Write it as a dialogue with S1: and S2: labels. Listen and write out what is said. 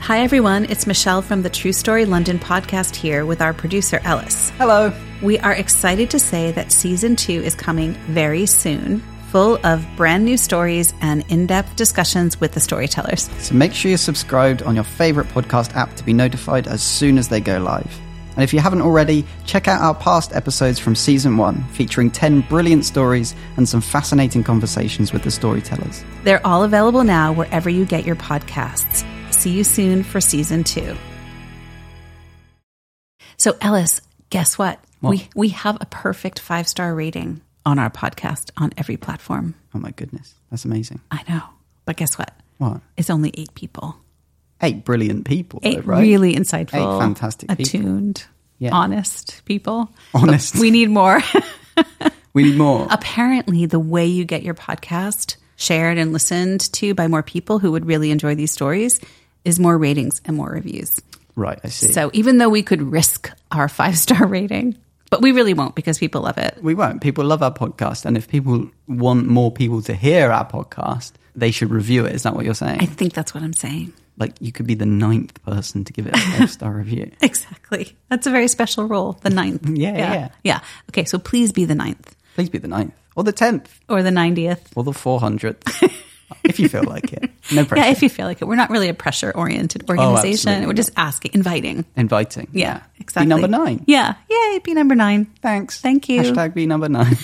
S1: Hi, everyone. It's Michelle from the True Story London podcast here with our producer, Ellis.
S2: Hello.
S1: We are excited to say that season two is coming very soon, full of brand new stories and in depth discussions with the storytellers.
S2: So make sure you're subscribed on your favorite podcast app to be notified as soon as they go live. And if you haven't already, check out our past episodes from season one, featuring 10 brilliant stories and some fascinating conversations with the storytellers.
S1: They're all available now wherever you get your podcasts. See you soon for season two. So, Ellis, guess what? We, we have a perfect five star rating on our podcast on every platform.
S2: Oh my goodness, that's amazing.
S1: I know. But guess what?
S2: What?
S1: It's only eight people.
S2: Eight brilliant people, though,
S1: Eight
S2: right?
S1: really insightful,
S2: Eight fantastic people.
S1: attuned,
S2: Yeah.
S1: honest people.
S2: Honest.
S1: But we need more.
S2: We need more.
S1: Apparently, the way you get your podcast shared and listened to by more people who would really enjoy these stories is more ratings and more reviews.
S2: Right, I see.
S1: So even though we could risk our five star rating, but we really won't because people love it.
S2: we won't. People love our podcast. And if people want more people to hear our podcast, they should review it. Is that what you're saying?
S1: I think that's what I'm saying.
S2: like, you could be the ninth person to give it a five star review.
S1: Exactly. That's a very special role, the ninth.
S2: Yeah, yeah,
S1: yeah.
S2: yeah.
S1: Yeah. Okay, so please be the ninth
S2: Please be the ninth or the tenth
S1: or the 90th.
S2: or the 400th if you feel like it. No pressure. Oh,
S1: Yeah, if you feel like it. We're not really a pressure oriented organization.
S2: absolutely
S1: We're just asking, inviting.
S2: Inviting.
S1: Yeah, exactly.
S2: Be number nine.
S1: Yeah. Yay, be number nine.
S2: Thanks.
S1: Thank you.
S2: Hashtag be number nine.